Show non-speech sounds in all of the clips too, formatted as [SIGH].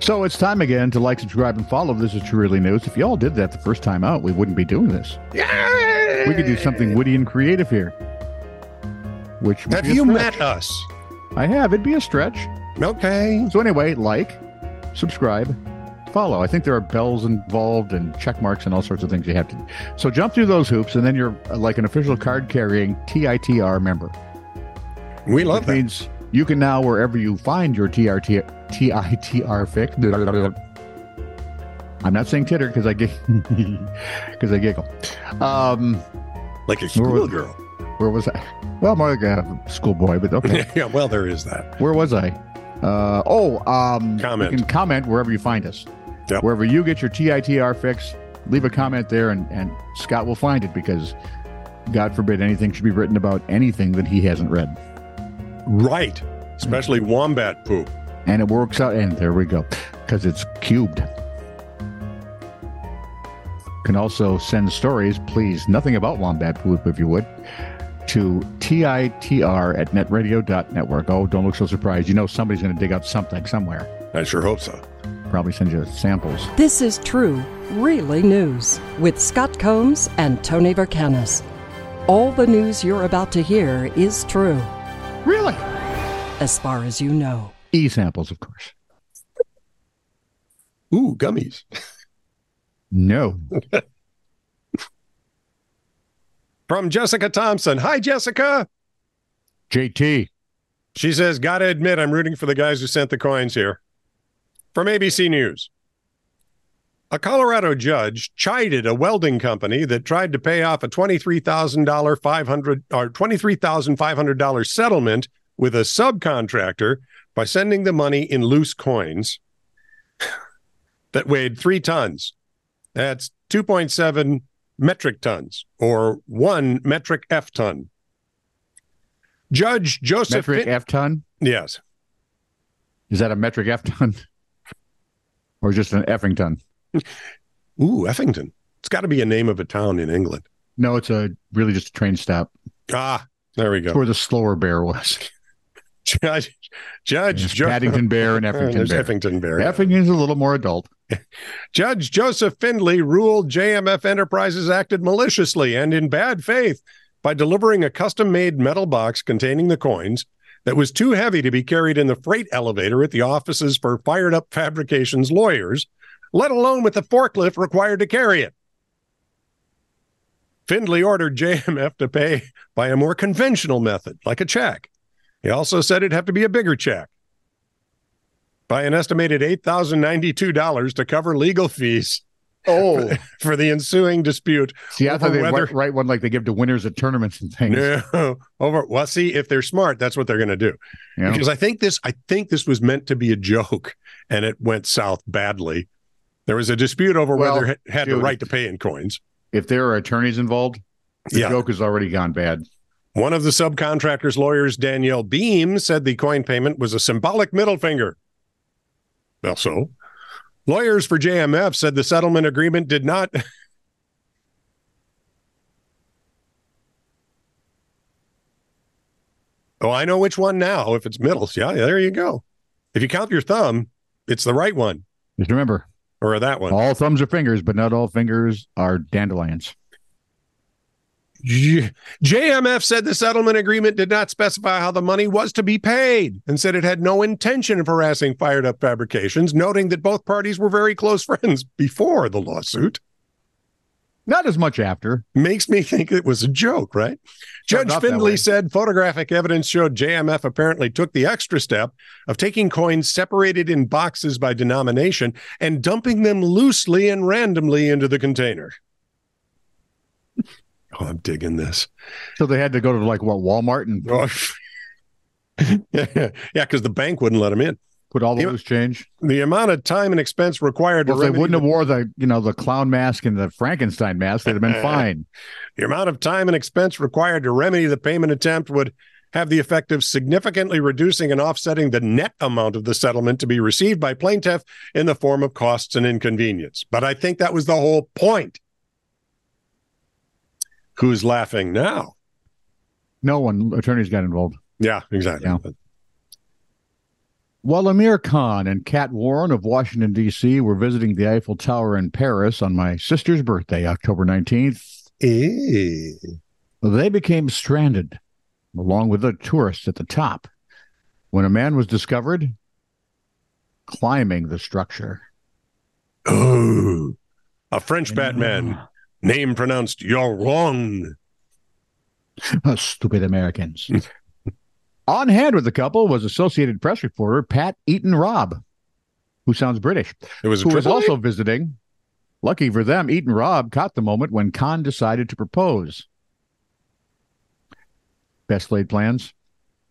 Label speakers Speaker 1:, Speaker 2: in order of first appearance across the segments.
Speaker 1: So it's time again to like, subscribe, and follow. This is Truly News. If you all did that the first time out, we wouldn't be doing this.
Speaker 2: Yay!
Speaker 1: We could do something witty and creative here. Which would
Speaker 2: Have
Speaker 1: be a
Speaker 2: you
Speaker 1: stretch.
Speaker 2: met us?
Speaker 1: I have. It'd be a stretch.
Speaker 2: Okay.
Speaker 1: So anyway, like, subscribe, follow. I think there are bells involved and check marks and all sorts of things you have to. So jump through those hoops, and then you're uh, like an official card-carrying TITR member.
Speaker 2: We love
Speaker 1: Which
Speaker 2: that.
Speaker 1: means you can now wherever you find your TRT TITR fic. [LAUGHS] blah, blah, blah, blah. I'm not saying titter because I [LAUGHS] because I giggle. Um,
Speaker 2: Like a
Speaker 1: We're-
Speaker 2: schoolgirl.
Speaker 1: where was I? Well, more like a schoolboy, but
Speaker 2: [LAUGHS]
Speaker 1: okay.
Speaker 2: [LAUGHS] yeah, well, there is that.
Speaker 1: where was I? Uh, oh, um,
Speaker 2: Comment.
Speaker 1: You can comment wherever you find us.
Speaker 2: Yep.
Speaker 1: Wherever you get your TITR fix, leave a comment there, and, and Scott will find it because, God forbid, anything should be written about anything that he hasn't read.
Speaker 2: Right. Especially wombat poop.
Speaker 1: and it works out. And there we go, because it's cubed. Can also send stories, please. Nothing about wombat poop, if you would, to TITR at netradio.network. Oh, don't look so surprised. You know somebody's going to dig up something somewhere.
Speaker 2: I sure hope so.
Speaker 1: Probably send you samples.
Speaker 3: This is True, Really News with Scott Combs and Tony Vercanis. All the news you're about to hear is true,
Speaker 1: Really?
Speaker 3: as far as you know.
Speaker 1: E samples, of course.
Speaker 2: Ooh, gummies.
Speaker 1: No.
Speaker 2: From Jessica Thompson. Hi, Jessica.
Speaker 1: JT.
Speaker 2: She says, Gotta admit, I'm rooting for the guys who sent the coins here. From ABC News. A Colorado judge chided a welding company that tried to pay off a $23,500 500 or $23,500 settlement with a subcontractor by sending the money in loose coins that weighed 3 tons. That's 2.7 metric tons or 1 metric F ton. Judge Joseph
Speaker 1: Metric
Speaker 2: Fin-
Speaker 1: F ton?
Speaker 2: Yes.
Speaker 1: Is that a metric F ton? or just an effing ton?
Speaker 2: Ooh, Effington. It's got to be a name of a town in England.
Speaker 1: No, it's a really just a train stop.
Speaker 2: Ah, there we
Speaker 1: It's
Speaker 2: go.
Speaker 1: where the slower bear was.
Speaker 2: Judge, Judge,
Speaker 1: There's
Speaker 2: Jo-
Speaker 1: Paddington Bear and
Speaker 2: Uh,
Speaker 1: Effington
Speaker 2: [LAUGHS] there's
Speaker 1: Bear.
Speaker 2: Effington Bear.
Speaker 1: Effington's a little more adult.
Speaker 2: Judge Joseph Findley ruled JMF Enterprises acted maliciously and in bad faith by delivering a custom made metal box containing the coins that was too heavy to be carried in the freight elevator at the offices for fired up fabrications lawyers, let alone with the forklift required to carry it. Findley ordered JMF to pay by a more conventional method, like a check. He also said it'd have to be a bigger check by an estimated $8,092 to cover legal fees
Speaker 1: Oh,
Speaker 2: for the ensuing dispute.
Speaker 1: [LAUGHS] see, I thought
Speaker 2: Over
Speaker 1: they
Speaker 2: whether-
Speaker 1: write, write one like they give to winners at tournaments and things.
Speaker 2: No, over. Well, see, if they're smart, that's what they're going to do.
Speaker 1: You know?
Speaker 2: Because I think this, I think this was meant to be a joke, and it went south badly. There was a dispute over
Speaker 1: Well,
Speaker 2: whether it had the
Speaker 1: dude.
Speaker 2: right to pay in coins.
Speaker 1: If there are attorneys involved, the
Speaker 2: Yeah.
Speaker 1: joke has already gone bad.
Speaker 2: One of the subcontractor's lawyers, Danielle Beam, said the coin payment was a symbolic middle finger. Well, so lawyers for JMF said the settlement agreement did not. [LAUGHS] oh, I know which one now. If it's middles, yeah, there you go. If you count your thumb, it's the right one
Speaker 1: Just remember,
Speaker 2: or that one.
Speaker 1: all thumbs are fingers, but not all fingers are dandelions.
Speaker 2: J- JMF said the settlement agreement did not specify how the money was to be paid and said it had no intention of harassing Fired Up Fabrications, noting that both parties were very close [LAUGHS] friends before the lawsuit.
Speaker 1: Not as much after.
Speaker 2: Makes me think it was a joke, right?
Speaker 1: Started
Speaker 2: Judge
Speaker 1: off that way.
Speaker 2: Findley said photographic evidence showed JMF apparently took the extra step of taking coins separated in boxes by denomination and dumping them loosely and randomly into the container. Oh, I'm digging this.
Speaker 1: So they had to go to like what Walmart and
Speaker 2: Oh, [LAUGHS] yeah, because the bank wouldn't let him in.
Speaker 1: put all the
Speaker 2: Yeah.
Speaker 1: loose change.
Speaker 2: The amount of time and expense required to
Speaker 1: Well, if they
Speaker 2: remedy
Speaker 1: wouldn't
Speaker 2: the-
Speaker 1: have wore the you know the clown mask and the Frankenstein mask, they'd have
Speaker 2: [LAUGHS]
Speaker 1: been fine.
Speaker 2: The amount of time and expense required to remedy the payment attempt would have the effect of significantly reducing and offsetting the net amount of the settlement to be received by plaintiff in the form of costs and inconvenience. But I think that was the whole point. Who's laughing now?
Speaker 1: No one attorneys got involved.
Speaker 2: Yeah, exactly.
Speaker 1: Yeah. While Amir Khan and Kat Warren of Washington, D.C. were visiting the Eiffel Tower in Paris on my sister's birthday, October 19th,
Speaker 2: Eh.
Speaker 1: they became stranded along with the tourists at the top when a man was discovered climbing the structure. [LAUGHS]
Speaker 2: Oh, a
Speaker 1: Mm.
Speaker 2: French Batman. Name pronounced you're wrong.
Speaker 1: Oh, Stupid Americans. On hand with the couple was Associated Press reporter Pat Eaton Robb, who sounds British,
Speaker 2: It was a
Speaker 1: who was
Speaker 2: triple A?
Speaker 1: also visiting. Lucky for them, Eaton Robb caught the moment when Khan decided to propose. Best laid plans?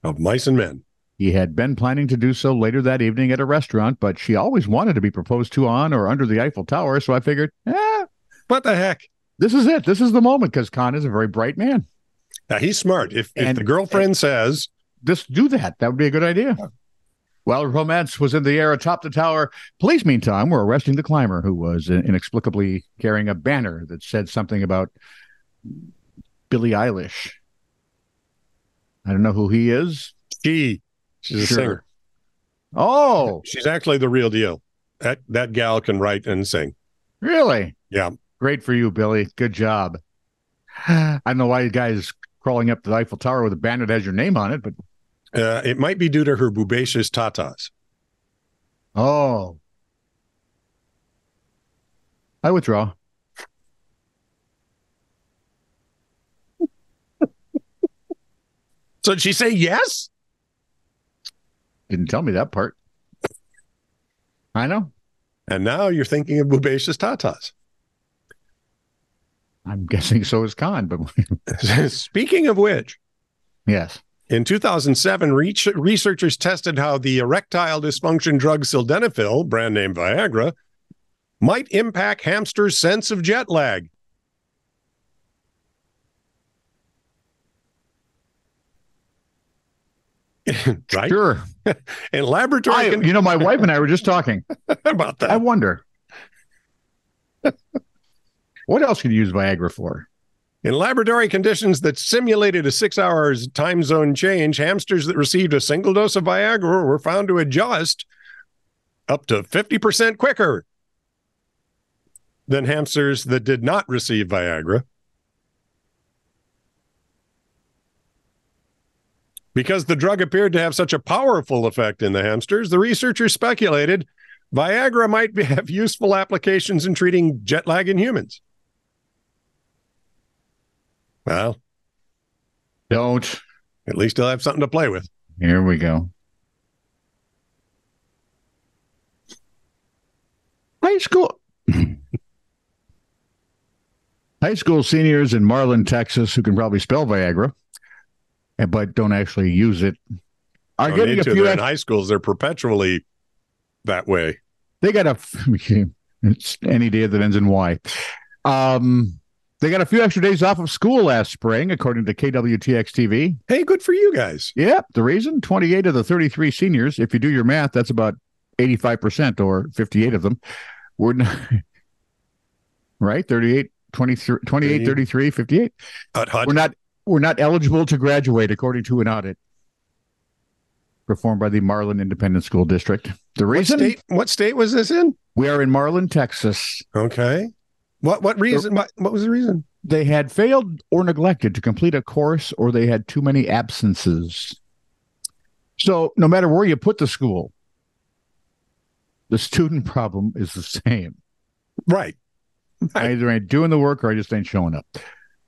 Speaker 2: of mice and men.
Speaker 1: He had been planning to do so later that evening at a restaurant, but she always wanted to be proposed to on or under the Eiffel Tower, so I figured, eh,
Speaker 2: What the heck?
Speaker 1: this is it. This is the moment because Khan is a very bright man.
Speaker 2: Now he's smart. If, if
Speaker 1: And-
Speaker 2: the girlfriend says,
Speaker 1: just do that. That would be a good idea. While romance was in the air atop the tower, police, meantime, were arresting the climber who was inexplicably carrying a banner that said something about Billie Eilish. I don't know who he is.
Speaker 2: she, she's
Speaker 1: Sure.
Speaker 2: a singer.
Speaker 1: Oh,
Speaker 2: She's actually the real deal. That that gal can write and sing.
Speaker 1: really?
Speaker 2: Yeah.
Speaker 1: Great for you, Billy. Good job. [SIGHS] I don't know why you guys crawling up the Eiffel Tower with a banner that has your name on it, but
Speaker 2: Uh, it might be due to her boobacious tatas.
Speaker 1: oh. I withdraw.
Speaker 2: So did she say yes?
Speaker 1: Didn't tell me that part. I know.
Speaker 2: And now you're thinking of boobacious tatas. [LAUGHS]
Speaker 1: I'm [LAUGHS] guessing so is Khan, but [LAUGHS]
Speaker 2: Speaking of which,
Speaker 1: yes.
Speaker 2: in 2007, reach, researchers tested how the erectile dysfunction drug sildenafil, brand name Viagra, might impact hamsters' sense of jet lag. [LAUGHS] right?
Speaker 1: Sure.
Speaker 2: In laboratory
Speaker 1: I,
Speaker 2: con-
Speaker 1: you know, my wife and I were just talking.
Speaker 2: [LAUGHS] about that.
Speaker 1: I wonder. what else could you use Viagra for?
Speaker 2: In laboratory conditions that simulated a six hours time zone change, hamsters that received a single dose of Viagra were found to adjust up to 50% quicker than hamsters that did not receive Viagra. Because the drug appeared to have such a powerful effect in the hamsters, the researchers speculated Viagra might [LAUGHS] be, have useful applications in treating jet lag in humans. Well,
Speaker 1: Don't.
Speaker 2: At least he'll have something to play with.
Speaker 1: Here we go. High school. [LAUGHS] High school seniors in Marlin, Texas, who can probably spell Viagra, and- but don't actually use it, are
Speaker 2: Don't
Speaker 1: getting
Speaker 2: need
Speaker 1: a
Speaker 2: to.
Speaker 1: few.
Speaker 2: They're in
Speaker 1: ex-
Speaker 2: high schools. They're perpetually that way.
Speaker 1: they got a. f- [LAUGHS] It's any day that ends in Y. Um, they got a few extra days off of school last spring, according to KWTX TV.
Speaker 2: Hey, good for you guys.
Speaker 1: Yep. The reason 28 of the 33 seniors, if you do your math, that's about 85% or 58 of them, were not, [LAUGHS] right? 38, 23, 28, 33, 58.
Speaker 2: Hut, hut.
Speaker 1: We're not, we're not eligible to graduate, according to an audit performed by the Marlin Independent School District. The
Speaker 2: What
Speaker 1: reason
Speaker 2: state? What state was this in?
Speaker 1: we are in Marlin, Texas,
Speaker 2: Okay. What? What reason? What, what was the reason?
Speaker 1: they had failed or neglected to complete a course or they had too many absences. So, no matter where you put the school, the student problem is the same.
Speaker 2: Right.
Speaker 1: I
Speaker 2: [LAUGHS] Right.
Speaker 1: either ain't doing the work or I just ain't showing up.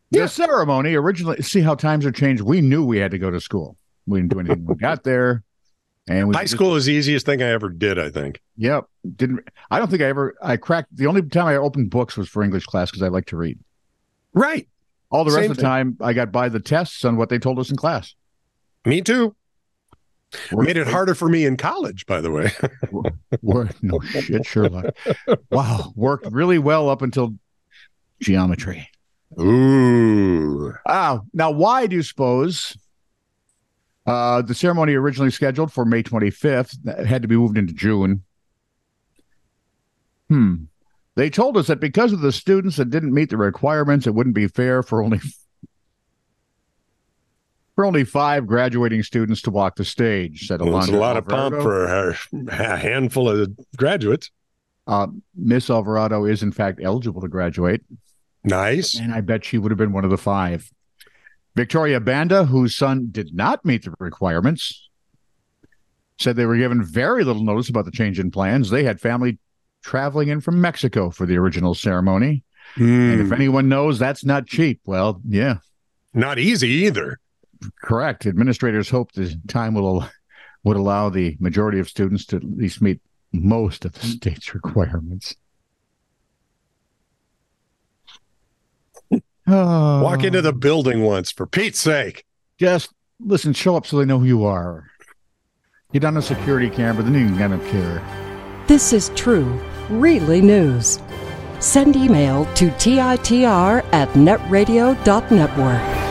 Speaker 2: Yeah.
Speaker 1: The ceremony originally, see how times are changed. We knew we had to go to school. We didn't do anything. when we got there, and we
Speaker 2: High
Speaker 1: just-
Speaker 2: school is the easiest thing I ever did. I think.
Speaker 1: Yep, didn't. I don't think I ever. I cracked. The only time I opened books was for English class because I like to read.
Speaker 2: Right.
Speaker 1: All the rest
Speaker 2: Same
Speaker 1: of the
Speaker 2: thing.
Speaker 1: time, I got by the tests on what they told us in class.
Speaker 2: Me too.
Speaker 1: We're- [LAUGHS]
Speaker 2: Made it harder for me in college, by the way.
Speaker 1: Work, no shit, Sherlock. Wow, worked really well up until geometry.
Speaker 2: Ooh.
Speaker 1: Ah, now why do you suppose? Uh, the ceremony originally scheduled for May 25th that had to be moved into June. Hmm. They told us that because of the students that didn't meet the requirements, it wouldn't be fair for only [LAUGHS] for only five graduating students to walk the stage, said
Speaker 2: Well, it's
Speaker 1: Alondra
Speaker 2: a lot of pomp
Speaker 1: Alvarado.
Speaker 2: for a a handful of graduates.
Speaker 1: Uh, Miss Alvarado is, in fact, eligible to graduate,
Speaker 2: Nice.
Speaker 1: and I bet she would have been one of the five. Victoria Banda, whose son did not meet the requirements, said they were given very little notice about the change in plans. They had family traveling in from Mexico for the original ceremony. And
Speaker 2: Hmm.
Speaker 1: if anyone knows, that's not cheap. Well, yeah,
Speaker 2: Not easy either.
Speaker 1: correct. Administrators hope the time will al- would allow the majority of students to at least meet most
Speaker 2: Mm-hmm.
Speaker 1: of the state's requirements.
Speaker 2: Walk into the building once, for Pete's sake.
Speaker 1: Ah, just listen, show up so they know who you are. Get on a security camera, then you can kind of care.
Speaker 3: This is true, really news. Send email to TITR at netradio.network.